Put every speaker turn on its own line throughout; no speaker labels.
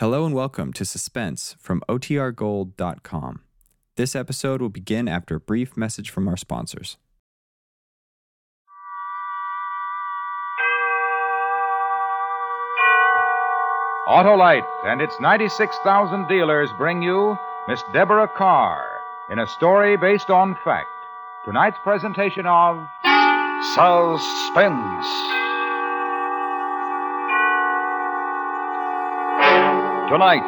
Hello and welcome to Suspense from OTRGold.com. This episode will begin after a brief message from our sponsors.
Autolite and its 96,000 dealers bring you Miss Deborah Carr in a story based on fact. Tonight's presentation of Suspense.
Tonight,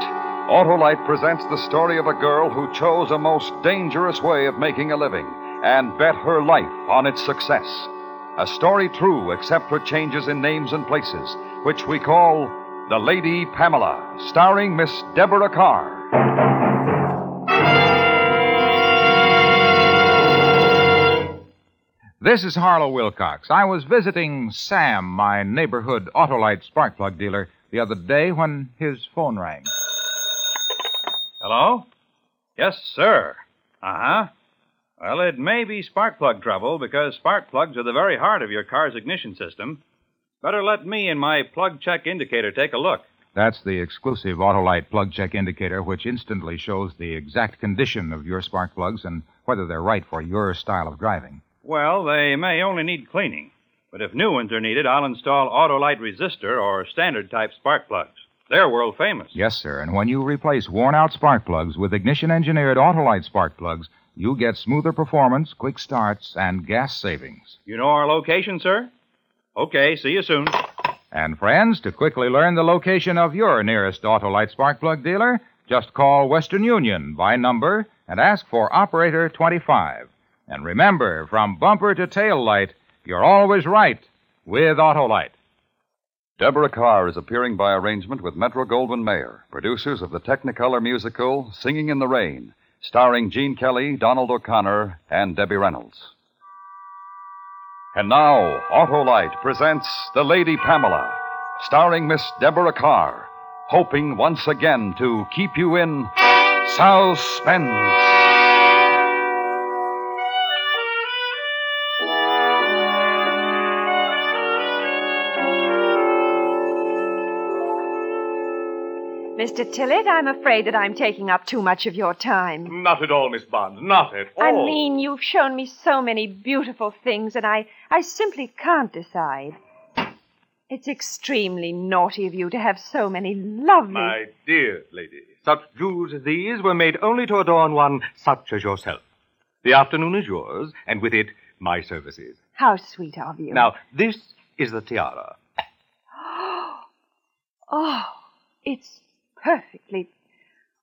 Autolite presents the story of a girl who chose a most dangerous way of making a living and bet her life on its success. A story true except for changes in names and places, which we call The Lady Pamela, starring Miss Deborah Carr.
This is Harlow Wilcox. I was visiting Sam, my neighborhood Autolite spark plug dealer, the other day when his phone rang.
Hello? Yes, sir. Uh huh. Well, it may be spark plug trouble because spark plugs are the very heart of your car's ignition system. Better let me and my plug check indicator take a look.
That's the exclusive Autolite plug check indicator, which instantly shows the exact condition of your spark plugs and whether they're right for your style of driving.
Well, they may only need cleaning, but if new ones are needed, I'll install Autolite resistor or standard type spark plugs. They're world famous.
Yes, sir. And when you replace worn out spark plugs with ignition engineered Autolite spark plugs, you get smoother performance, quick starts, and gas savings.
You know our location, sir? Okay, see you soon.
And friends, to quickly learn the location of your nearest Autolite spark plug dealer, just call Western Union by number and ask for operator 25. And remember, from bumper to tail light, you're always right with Autolite.
Deborah Carr is appearing by arrangement with Metro Goldwyn Mayer, producers of the Technicolor musical Singing in the Rain, starring Gene Kelly, Donald O'Connor, and Debbie Reynolds. And now, Autolite presents The Lady Pamela, starring Miss Deborah Carr, hoping once again to keep you in suspense.
Mr. Tillett, I'm afraid that I'm taking up too much of your time.
Not at all, Miss Bond. Not at all.
I mean, you've shown me so many beautiful things, and I, I simply can't decide. It's extremely naughty of you to have so many lovely.
My dear lady, such jewels as these were made only to adorn one such as yourself. The afternoon is yours, and with it, my services.
How sweet of you.
Now, this is the tiara.
Oh, it's perfectly.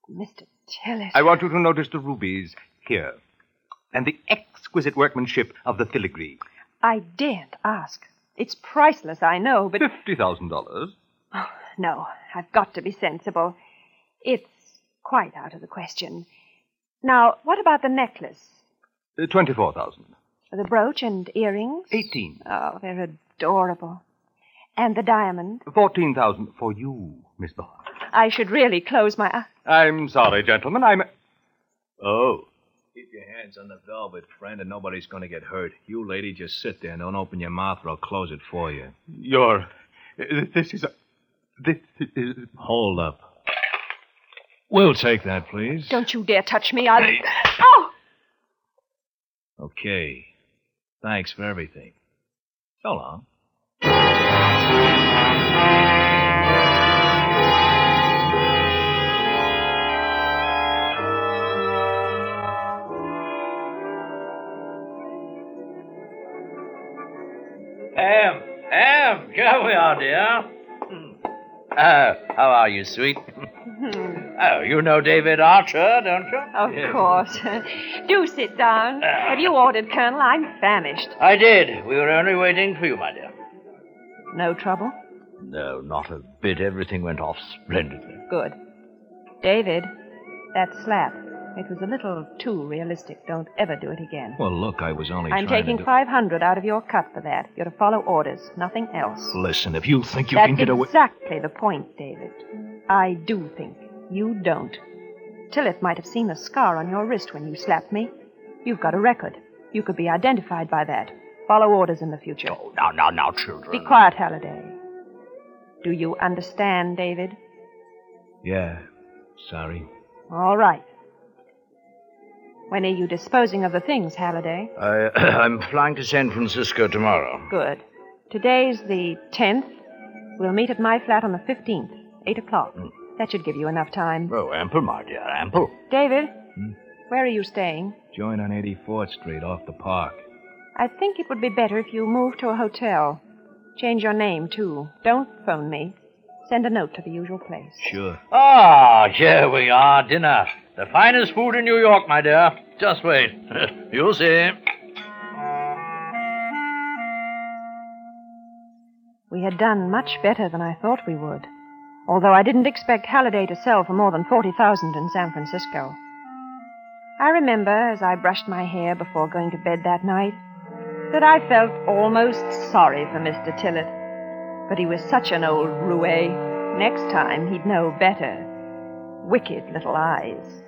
Mr. Tillett.
I want you to notice the rubies here, and the exquisite workmanship of the filigree.
I daren't ask. It's priceless, I know,
Hmm.
but
$50,000.
no, I've got to be sensible. It's quite out of the question. Now, what about the necklace,
Uh, 24000
the brooch, and earrings?
18
Oh, they're adorable. And the diamond.
14000 for you, Miss Bond.
I should really close my eyes.
I'm sorry, gentlemen. I'm. Oh.
Keep your hands on the velvet, friend, and nobody's going to get hurt. You, lady, just sit there and don't open your mouth, or I'll close it for you.
You're. This is. This is.
Hold up. We'll take that, please.
Don't you dare touch me. I'll. Oh!
Okay. Thanks for everything. So long.
Ham, Ham, here we are, dear. Hmm. Oh, how are you, sweet? oh, you know David Archer, don't you?
Of course. Do sit down. Have you ordered, Colonel? I'm famished.
I did. We were only waiting for you, my dear.
No trouble?
No, not a bit. Everything went off splendidly.
Good. David, that slap. It was a little too realistic. Don't ever do it again.
Well, look, I was only
I'm
trying
taking
to... do-
500 out of your cut for that. You're to follow orders, nothing else.
Listen, if you think you
That's
can get away...
exactly the point, David. I do think. You don't. Tillett might have seen the scar on your wrist when you slapped me. You've got a record. You could be identified by that. Follow orders in the future.
Oh, now, now, now, children.
Be quiet, Halliday. Do you understand, David?
Yeah, sorry.
All right. When are you disposing of the things, Halliday?
I, I'm flying to San Francisco tomorrow.
Good. Today's the 10th. We'll meet at my flat on the 15th, 8 o'clock. That should give you enough time.
Oh, ample, my dear, ample.
David, where are you staying?
Join on 84th Street off the park.
I think it would be better if you moved to a hotel. Change your name, too. Don't phone me. Send a note to the usual place.
Sure.
Ah, here we are, dinner. The finest food in New York, my dear. Just wait. You'll see.
We had done much better than I thought we would, although I didn't expect Halliday to sell for more than 40,000 in San Francisco. I remember, as I brushed my hair before going to bed that night, that I felt almost sorry for Mr. Tillett. But he was such an old roue. Next time he'd know better. Wicked little eyes.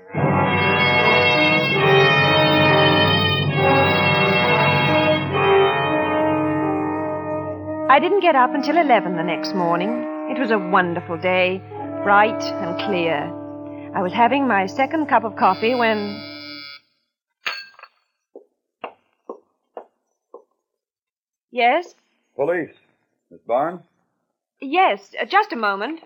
I didn't get up until 11 the next morning. It was a wonderful day, bright and clear. I was having my second cup of coffee when. Yes?
Police. Miss Barnes?
Yes, uh, just a moment.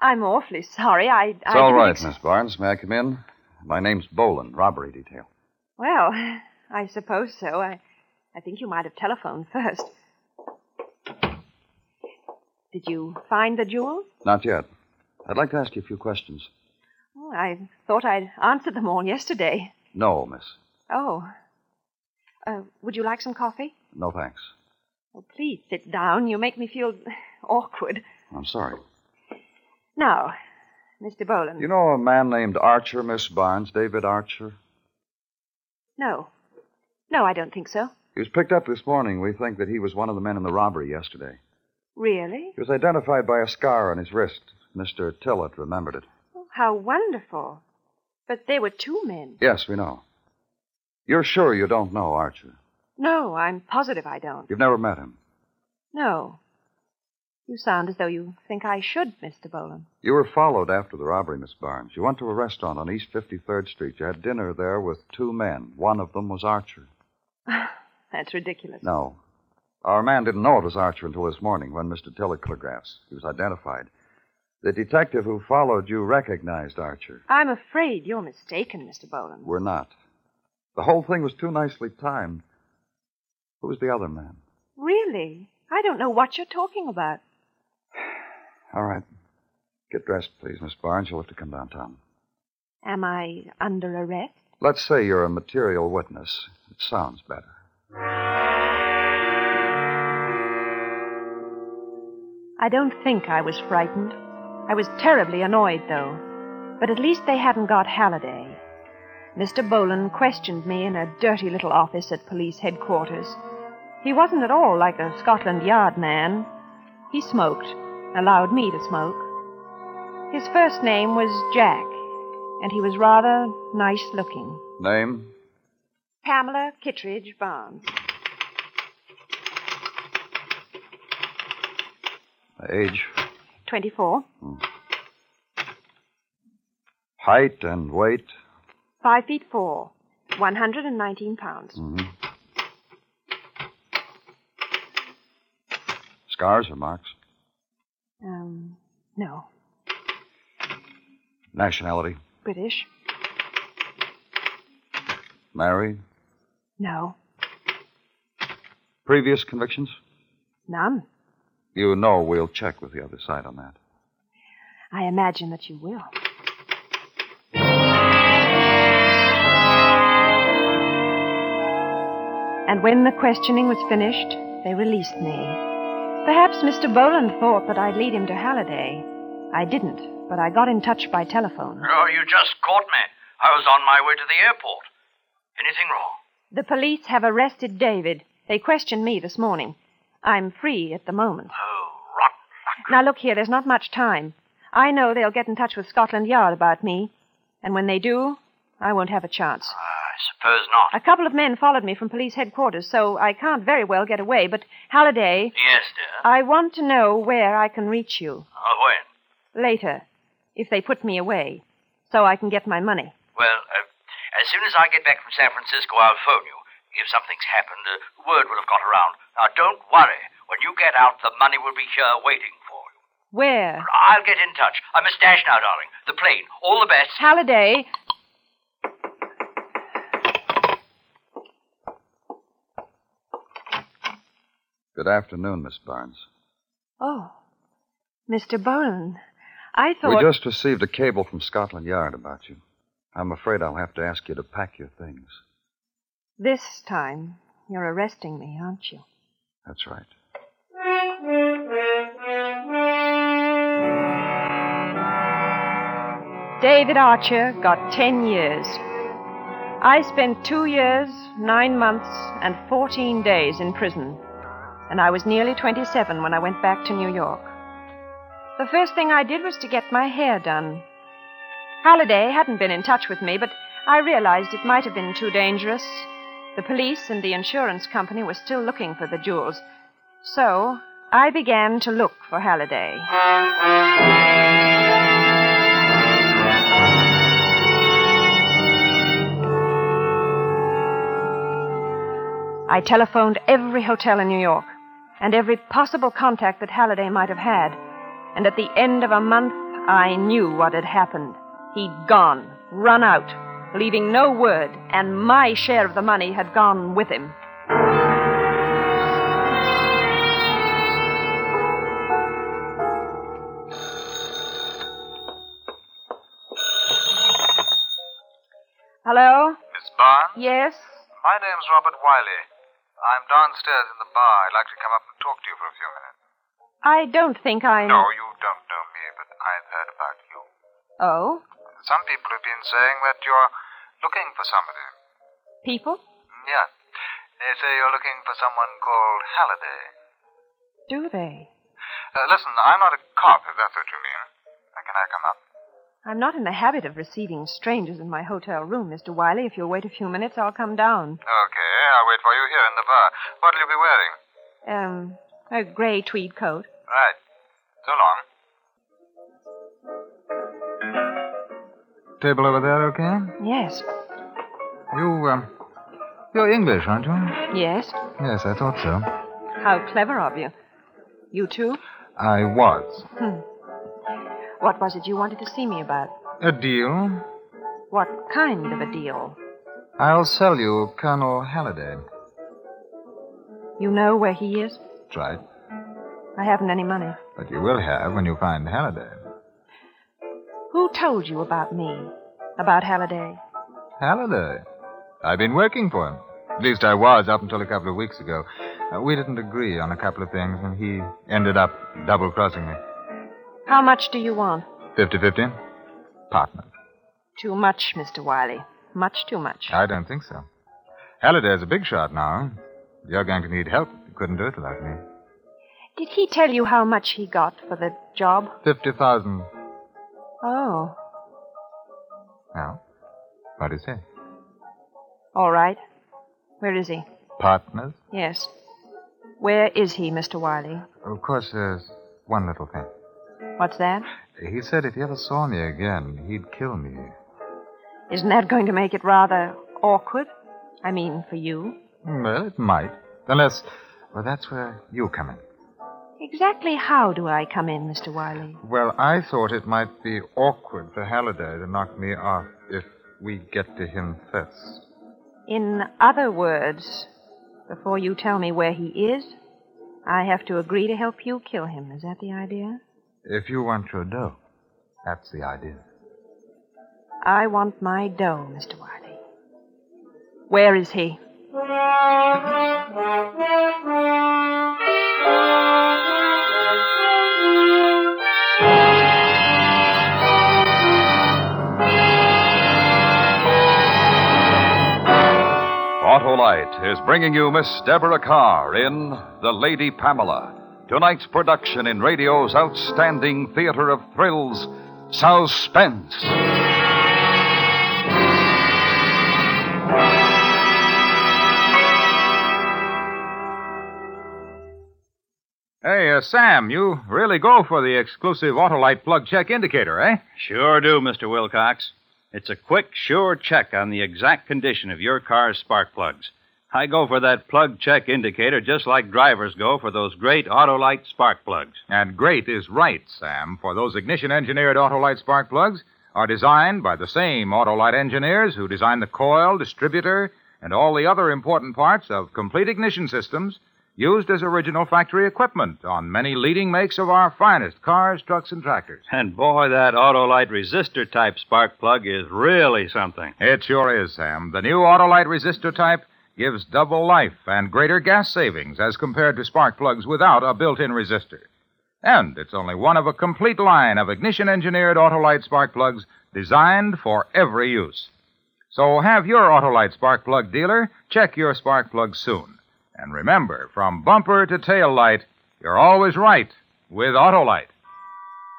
I'm awfully sorry. I. It's
It's all right, Miss Barnes. May I come in? My name's Boland, robbery detail.
Well, I suppose so. I, I think you might have telephoned first. Did you find the jewel?
Not yet. I'd like to ask you a few questions.
Oh, I thought I'd answered them all yesterday.
No, miss.
Oh. Uh, would you like some coffee?
No, thanks.
Oh, please sit down. You make me feel awkward.
I'm sorry.
Now, Mr. Boland.
You know a man named Archer, Miss Barnes, David Archer?
No. No, I don't think so.
He was picked up this morning. We think that he was one of the men in the robbery yesterday.
Really?
He was identified by a scar on his wrist. Mr. Tillett remembered it.
Oh, how wonderful. But there were two men.
Yes, we know. You're sure you don't know Archer?
No, I'm positive I don't.
You've never met him.
No. You sound as though you think I should, Mr. Boland.
You were followed after the robbery, Miss Barnes. You went to a restaurant on East 53rd Street. You had dinner there with two men. One of them was Archer.
That's ridiculous.
No. Our man didn't know it was Archer until this morning when Mr. Tillett telegraphs. He was identified. The detective who followed you recognized Archer.
I'm afraid you're mistaken, Mr. Boland.
We're not. The whole thing was too nicely timed. Who was the other man?
Really? I don't know what you're talking about.
All right. Get dressed, please, Miss Barnes. You'll have to come downtown.
Am I under arrest?
Let's say you're a material witness. It sounds better.
I don't think I was frightened. I was terribly annoyed, though. But at least they hadn't got Halliday. Mr. Boland questioned me in a dirty little office at police headquarters. He wasn't at all like a Scotland Yard man. He smoked, allowed me to smoke. His first name was Jack, and he was rather nice looking.
Name?
Pamela Kittredge Barnes.
Age?
24,
Height and weight?
5 feet 4, 119 pounds.
Scars or marks?
Um, no,
Nationality?
British.
Married?
No,
Previous convictions?
none.
You know we'll check with the other side on that.
I imagine that you will. And when the questioning was finished, they released me. Perhaps Mr. Boland thought that I'd lead him to Halliday. I didn't, but I got in touch by telephone.
Oh, you just caught me. I was on my way to the airport. Anything wrong?
The police have arrested David. They questioned me this morning. I'm free at the moment.
Oh, rotten luck.
Now, look here, there's not much time. I know they'll get in touch with Scotland Yard about me, and when they do, I won't have a chance.
Ah,
suppose not.
A couple of men followed me from police headquarters, so I can't very well get away, but Halliday.
Yes, dear.
I want to know where I can reach you.
Oh, when?
Later, if they put me away, so I can get my money.
Well, uh, as soon as I get back from San Francisco, I'll phone you. If something's happened, uh, word will have got around. Now, don't worry. When you get out, the money will be here waiting for you.
Where?
I'll get in touch. I must dash now, darling. The plane. All the best.
Halliday.
Good afternoon, Miss Barnes.
Oh, Mr. Boland. I
We
thought.
just received a cable from Scotland Yard about you. I'm afraid I'll have to ask you to pack your things.
This time, you're arresting me, aren't you?
That's right.
David Archer got 10 years. I spent two years, nine months, and 14 days in prison, and I was nearly 27 when I went back to New York. The first thing I did was to get my hair done. Halliday hadn't been in touch with me, but I realized it might have been too dangerous. The police and the insurance company were still looking for the jewels, so I began to look for Halliday. I telephoned every hotel in New York and every possible contact that Halliday might have had. And at the end of a month, I knew what had happened. He'd gone, run out, leaving no word, and my share of the money had gone with him. Hello?
Miss Barnes?
Yes?
My name's Robert Wiley. I'm downstairs in the bar. I'd like to come up and talk to you for a few minutes.
I don't think I.
No, you don't know me, but I've heard about you.
Oh?
Some people have been saying that you're looking for somebody.
People?
Yeah. They say you're looking for someone called Halliday.
Do they?
Uh, listen, I'm not a cop, if that's what you mean. Uh, Can I come up?
I'm not in the habit of receiving strangers in my hotel room, Mr. Wiley. If you'll wait a few minutes, I'll come down.
Okay, I'll wait for you here in the bar. What'll you be wearing?
Um, a gray tweed coat.
Right. So long.
Table over there, okay?
Yes.
You, um, you're English, aren't you?
Yes?
Yes, I thought so.
How clever of you. You too?
I was.
Hmm. What was it you wanted to see me about?
A deal.
What kind of a deal?
I'll sell you Colonel Halliday.
You know where he is?
That's right.
I haven't any money.
But you will have when you find Halliday.
Who told you about me? About Halliday?
Halliday. I've been working for him. At least I was up until a couple of weeks ago. Uh, we didn't agree on a couple of things, and he ended up double crossing me.
How much do you want?
50 50? Partner.
Too much, Mr. Wiley. Much too much.
I don't think so. Halliday's a big shot now. You're going to need help. You couldn't do it without me.
Did he tell you how much he got for the job?
50,000.
Oh,
Now, what do you say?
all right. Where is he?
Partners?
Yes. Where is he, Mr. Wiley?
Of course, there's one little thing.
What's that?
He said if he ever saw me again, he'd kill me.
Isn't that going to make it rather awkward? I mean, for you.
Well, it might. Unless, well, that's where you come in.
Exactly how do I come in, Mr. Wiley?
Well, I thought it might be awkward for Halliday to knock me off if we get to him first.
In other words, before you tell me where he is, I have to agree to help you kill him. Is that the idea?
If you want your dough, that's the idea.
I want my dough, Mr. Wiley. Where is he?
Autolite is bringing you Miss Deborah Carr in The Lady Pamela, tonight's production in radio's outstanding theater of thrills, Suspense. Say, uh, Sam, you really go for the exclusive Autolite plug check indicator, eh?
Sure do, Mr. Wilcox. It's a quick, sure check on the exact condition of your car's spark plugs. I go for that plug check indicator just like drivers go for those great Autolite spark plugs.
And great is right, Sam, for those ignition engineered Autolite spark plugs are designed by the same Autolite engineers who design the coil, distributor, and all the other important parts of complete ignition systems used as original factory equipment on many leading makes of our finest cars, trucks, and tractors.
And boy, that Autolite resistor type spark plug is really something.
It sure is, Sam. The new Autolite resistor type gives double life and greater gas savings as compared to spark plugs without a built in resistor. And it's only one of a complete line of ignition engineered Autolite spark plugs designed for every use. So have your Autolite spark plug dealer check your spark plug soon. And remember, from bumper to tail light, you're always right with Autolite.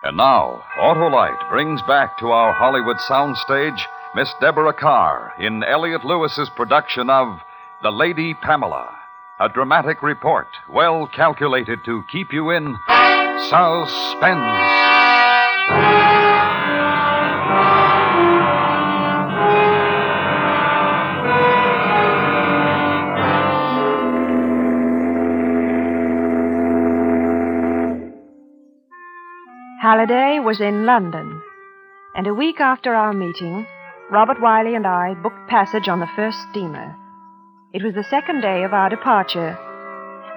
And now, Autolite brings back to our Hollywood soundstage Miss Deborah Carr in Elliot Lewis's production of The Lady Pamela, a dramatic report well calculated to keep you in suspense.
Halliday was in London, and a week after our meeting, Robert Wiley and I booked passage on the first steamer. It was the second day of our departure.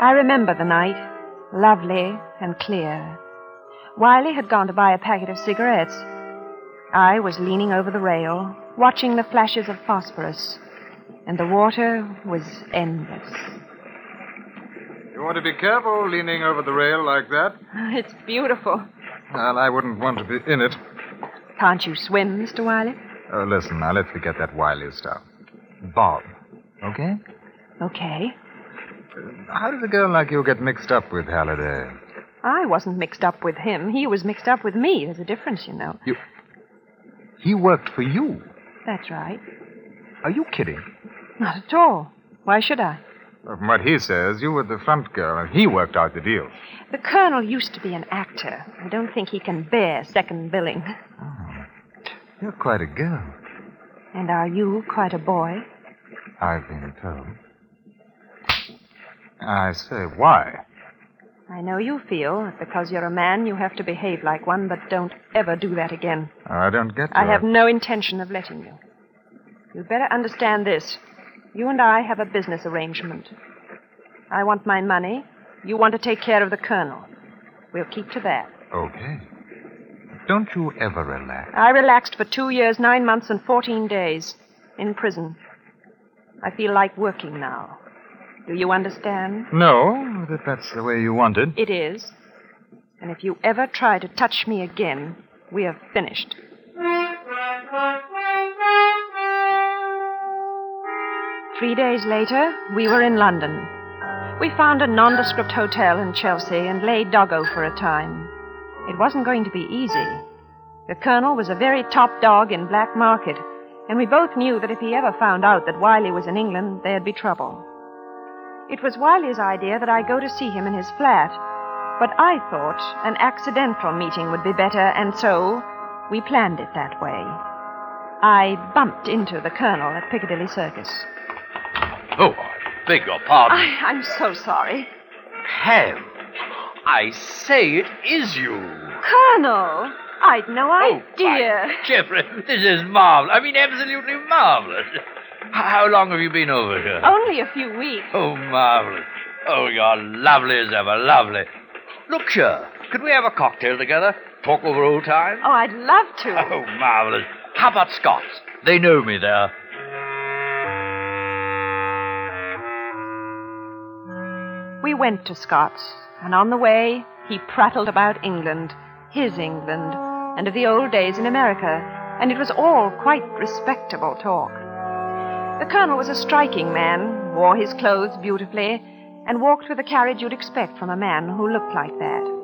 I remember the night, lovely and clear. Wiley had gone to buy a packet of cigarettes. I was leaning over the rail, watching the flashes of phosphorus, and the water was endless.
You want to be careful leaning over the rail like that.
It's beautiful.
Well, I wouldn't want to be in it.
Can't you swim, Mr. Wiley?
Oh, listen, now let's forget that Wiley stuff. Bob, okay?
Okay.
How did a girl like you get mixed up with Halliday?
I wasn't mixed up with him. He was mixed up with me. There's a difference, you know.
You. He worked for you.
That's right.
Are you kidding?
Not at all. Why should I?
Well, From what he says, you were the front girl, and he worked out the deal.
The Colonel used to be an actor. I don't think he can bear second billing.
You're quite a girl,
And are you quite a boy?
I've been told. I say, why?
I know you feel that because you're a man, you have to behave like one, but don't ever do that again.
I don't get
I
your-
have no intention of letting you. You'd better understand this. You and I have a business arrangement. I want my money. You want to take care of the Colonel. We'll keep to that.
Okay. Don't you ever relax.
I relaxed for two years, nine months, and 14 days in prison. I feel like working now. Do you understand?
No, that that's the way you wanted.
It is. And if you ever try to touch me again, we are finished. Three days later, we were in London. We found a nondescript hotel in Chelsea and lay doggo for a time. It wasn't going to be easy. The Colonel was a very top dog in black market, and we both knew that if he ever found out that Wiley was in England, there'd be trouble. It was Wiley's idea that I go to see him in his flat, but I thought an accidental meeting would be better, and so we planned it that way. I bumped into the Colonel at Piccadilly Circus.
Oh, beg your pardon.
I, I'm so sorry.
Ham. I say it is you. Oh,
Colonel! I'd no idea.
Jeffrey, this is marvelous. I mean, absolutely marvelous. H- How long have you been over here?
Only a few weeks.
Oh, marvelous. Oh, you're lovely as ever, lovely. Look here. Could we have a cocktail together? Talk over old times?
Oh, I'd love to.
Oh, marvelous. How about Scots? They know me there.
We went to Scott's, and on the way, he prattled about England, his England, and of the old days in America, and it was all quite respectable talk. The Colonel was a striking man, wore his clothes beautifully, and walked with the carriage you'd expect from a man who looked like that.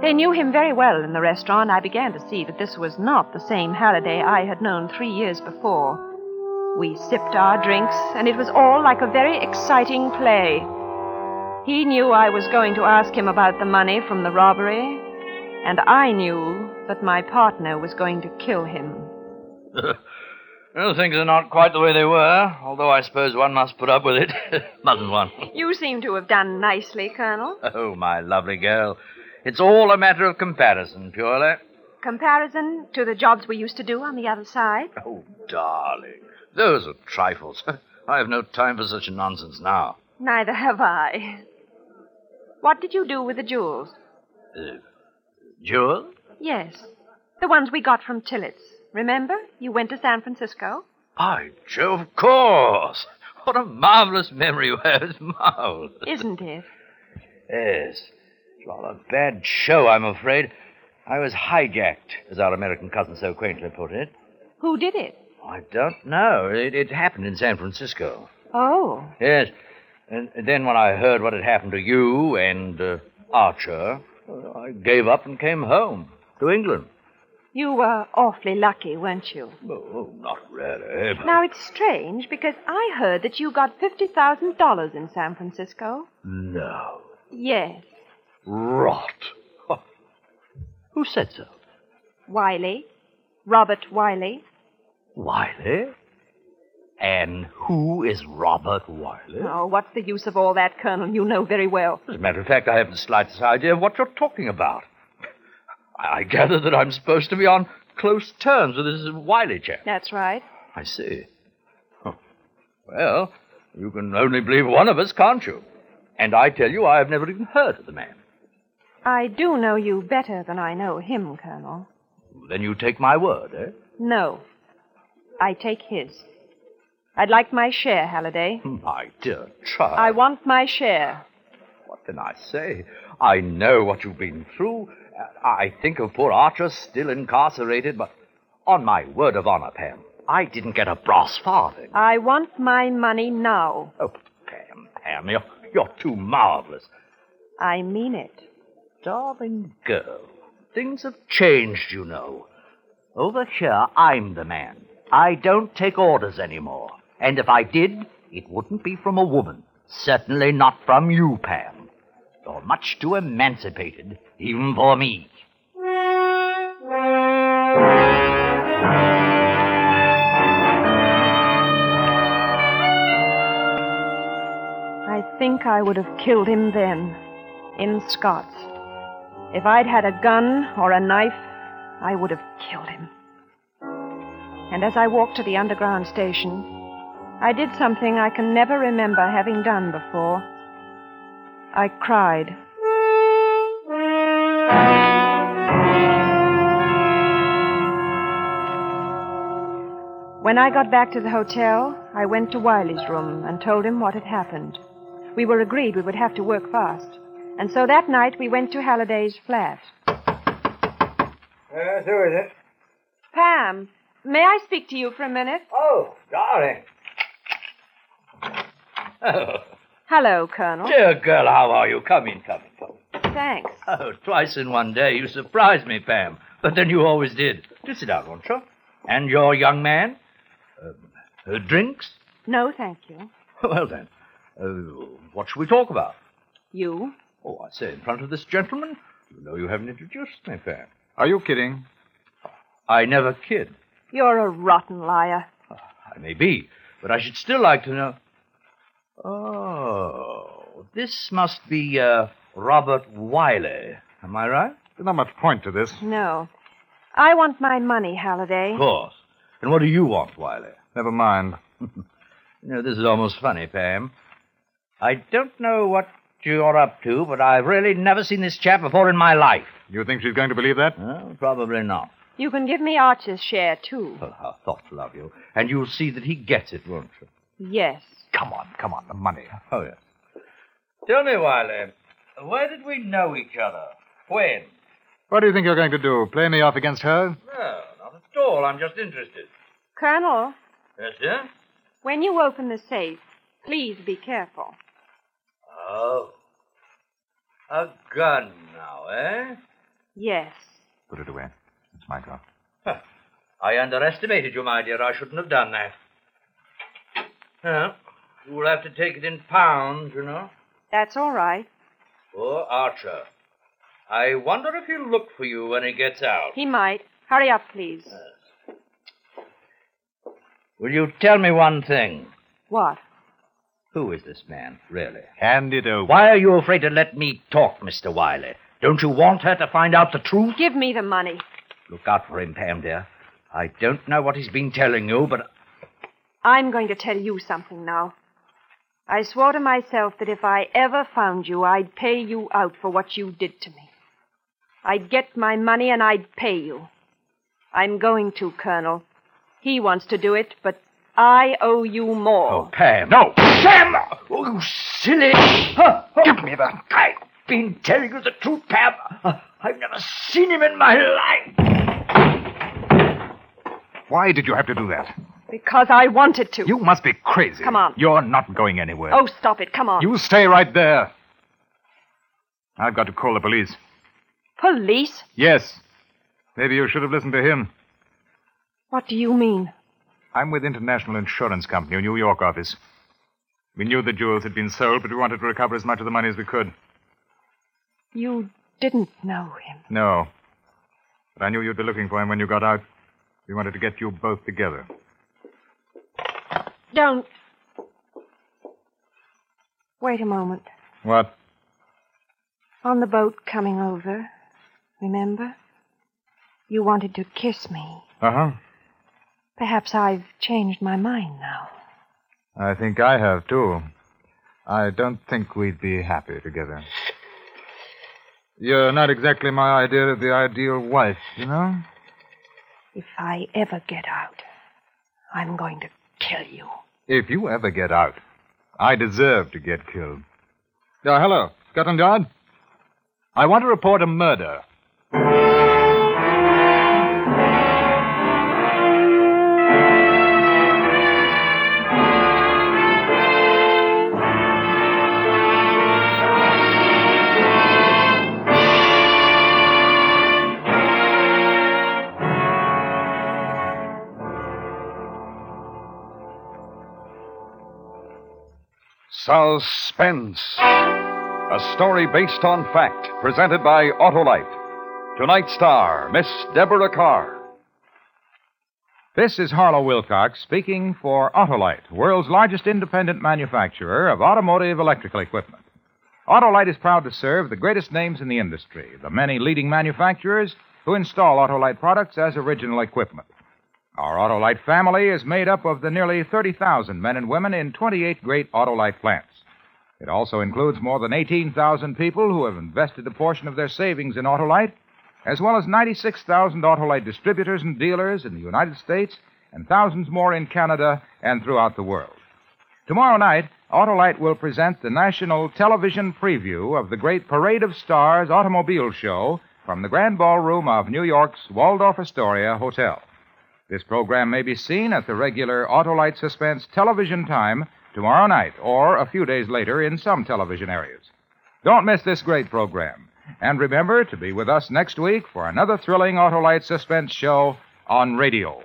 They knew him very well in the restaurant. I began to see that this was not the same Halliday I had known three years before. We sipped our drinks, and it was all like a very exciting play. He knew I was going to ask him about the money from the robbery, and I knew that my partner was going to kill him.
well, things are not quite the way they were, although I suppose one must put up with it. Mustn't one?
You seem to have done nicely, Colonel.
Oh, my lovely girl. It's all a matter of comparison, purely.
Comparison to the jobs we used to do on the other side?
Oh, darling, those are trifles. I have no time for such nonsense now.
Neither have I. What did you do with the jewels?
Uh, Jewel?
Yes. The ones we got from Tillett's. Remember? You went to San Francisco?
By Jove, of course. What a marvelous memory you have. It's marvelous.
Isn't it?
Yes. It's rather a bad show, I'm afraid. I was hijacked, as our American cousin so quaintly put it.
Who did it?
I don't know. It, it happened in San Francisco.
Oh.
Yes. And then when I heard what had happened to you and uh, Archer, I gave up and came home to England.
You were awfully lucky, weren't you?
Oh, not really.
Now, it's strange because I heard that you got $50,000 in San Francisco.
No.
Yes.
Rot. Who said so?
Wiley. Robert Wiley.
Wiley? And who is Robert Wiley?
Oh, what's the use of all that, Colonel? You know very well.
As a matter of fact, I haven't the slightest idea what you're talking about. I I gather that I'm supposed to be on close terms with this Wiley chap.
That's right.
I see. Huh. Well, you can only believe one of us, can't you? And I tell you, I have never even heard of the man.
I do know you better than I know him, Colonel.
Then you take my word, eh?
No. I take his. I'd like my share, Halliday.
My dear child.
I want my share.
What can I say? I know what you've been through. Uh, I think of poor Archer still incarcerated, but on my word of honor, Pam, I didn't get a brass farthing.
I want my money now.
Oh, Pam, Pam, you're, you're too marvelous.
I mean it.
Darling girl, things have changed, you know. Over here, I'm the man. I don't take orders anymore. And if I did, it wouldn't be from a woman. Certainly not from you, Pam. You're much too emancipated, even for me.
I think I would have killed him then, in Scots. If I'd had a gun or a knife, I would have killed him. And as I walked to the underground station, I did something I can never remember having done before. I cried. When I got back to the hotel, I went to Wiley's room and told him what had happened. We were agreed we would have to work fast. And so that night we went to Halliday's flat.
Yes, who is it?
Pam, may I speak to you for a minute?
Oh, darling.
Oh,
Hello, Colonel.
dear girl, how are you? Come in, come in, come in.
Thanks.
Oh, twice in one day. You surprised me, Pam. But then you always did. Do sit down, won't you? And your young man? Um, uh, drinks?
No, thank you.
Well, then, uh, what shall we talk about?
You?
Oh, I say, in front of this gentleman? You know you haven't introduced me, Pam.
Are you kidding?
I never kid.
You're a rotten liar.
I may be, but I should still like to know. Oh, this must be uh, Robert Wiley. Am I right?
There's not much point to this.
No. I want my money, Halliday.
Of course. And what do you want, Wiley?
Never mind.
You know, this is almost funny, Pam. I don't know what you're up to, but I've really never seen this chap before in my life.
You think she's going to believe that?
Well, probably not.
You can give me Archer's share, too.
Well, how thoughtful of you. And you'll see that he gets it, won't you?
Yes.
Come on, come on, the money.
Oh, yes. Tell me, Wiley, where did we know each other? When?
What do you think you're going to do? Play me off against her?
No, not at all. I'm just interested.
Colonel,
Yes, sir?
when you open the safe, please be careful.
Oh. A gun now, eh?
Yes.
Put it away. It's my gun.
I underestimated you, my dear. I shouldn't have done that. Well, you will have to take it in pounds, you know.
That's all right.
Poor Archer. I wonder if he'll look for you when he gets out.
He might. Hurry up, please.
Will you tell me one thing?
What?
Who is this man, really?
Hand it over.
Why are you afraid to let me talk, Mr. Wiley? Don't you want her to find out the truth?
Give me the money.
Look out for him, Pam, dear. I don't know what he's been telling you, but
I'm going to tell you something now. I swore to myself that if I ever found you, I'd pay you out for what you did to me. I'd get my money and I'd pay you. I'm going to, Colonel. He wants to do it, but I owe you more.
oh,
Oh.
Pam.
No!
Pam! Oh, you silly. Huh? Give me that. I've been telling you the truth, Pam. Uh, I've never seen him in my life.
Why did you have to do that?
Because I wanted to.
You must be crazy.
Come on.
You're not going anywhere.
Oh, stop it. Come on.
You stay right there. I've got to call the police.
Police?
Yes. Maybe you should have listened to him.
What do you mean?
I'm with International Insurance Company, New York office. We knew the jewels had been sold, but we wanted to recover as much of the money as we could.
You didn't know him.
No. But I knew you'd be looking for him when you got out. We wanted to get you both together.
Don't. Wait a moment.
What?
On the boat coming over, remember? You wanted to kiss me.
Uh huh.
Perhaps I've changed my mind now.
I think I have, too. I don't think we'd be happy together. You're not exactly my idea of the ideal wife, you know?
If I ever get out, I'm going to kill you.
If you ever get out, I deserve to get killed. Uh, hello, Scotland Yard? I want to report a murder.
Suspense. A story based on fact, presented by Autolite. Tonight's star, Miss Deborah Carr.
This is Harlow Wilcox speaking for Autolite, world's largest independent manufacturer of automotive electrical equipment. Autolite is proud to serve the greatest names in the industry, the many leading manufacturers who install Autolite products as original equipment. Our Autolite family is made up of the nearly 30,000 men and women in 28 great Autolite plants. It also includes more than 18,000 people who have invested a portion of their savings in Autolite, as well as 96,000 Autolite distributors and dealers in the United States and thousands more in Canada and throughout the world. Tomorrow night, Autolite will present the national television preview of the great Parade of Stars automobile show from the Grand Ballroom of New York's Waldorf Astoria Hotel. This program may be seen at the regular Autolite Suspense television time tomorrow night or a few days later in some television areas. Don't miss this great program. And remember to be with us next week for another thrilling Autolite Suspense show on radio.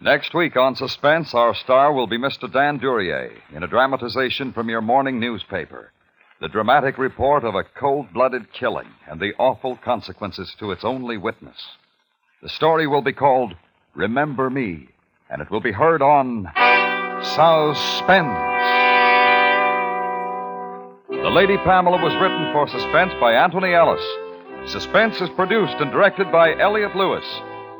Next week on Suspense, our star will be Mr. Dan Duryea in a dramatization from your morning newspaper. The dramatic report of a cold blooded killing and the awful consequences to its only witness. The story will be called Remember Me, and it will be heard on Suspense. The Lady Pamela was written for Suspense by Anthony Ellis. Suspense is produced and directed by Elliot Lewis,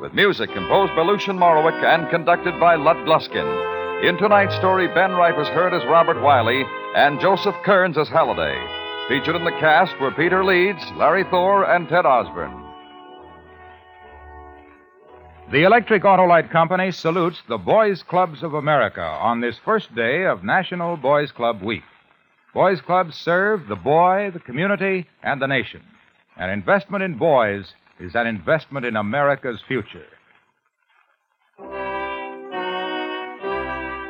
with music composed by Lucian Morowick and conducted by Lut Gluskin. In tonight's story, Ben Wright was heard as Robert Wiley and Joseph Kearns as Halliday. Featured in the cast were Peter Leeds, Larry Thor, and Ted Osborne.
The Electric Autolite Company salutes the Boys Clubs of America on this first day of National Boys Club Week. Boys Clubs serve the boy, the community, and the nation. An investment in boys is an investment in America's future.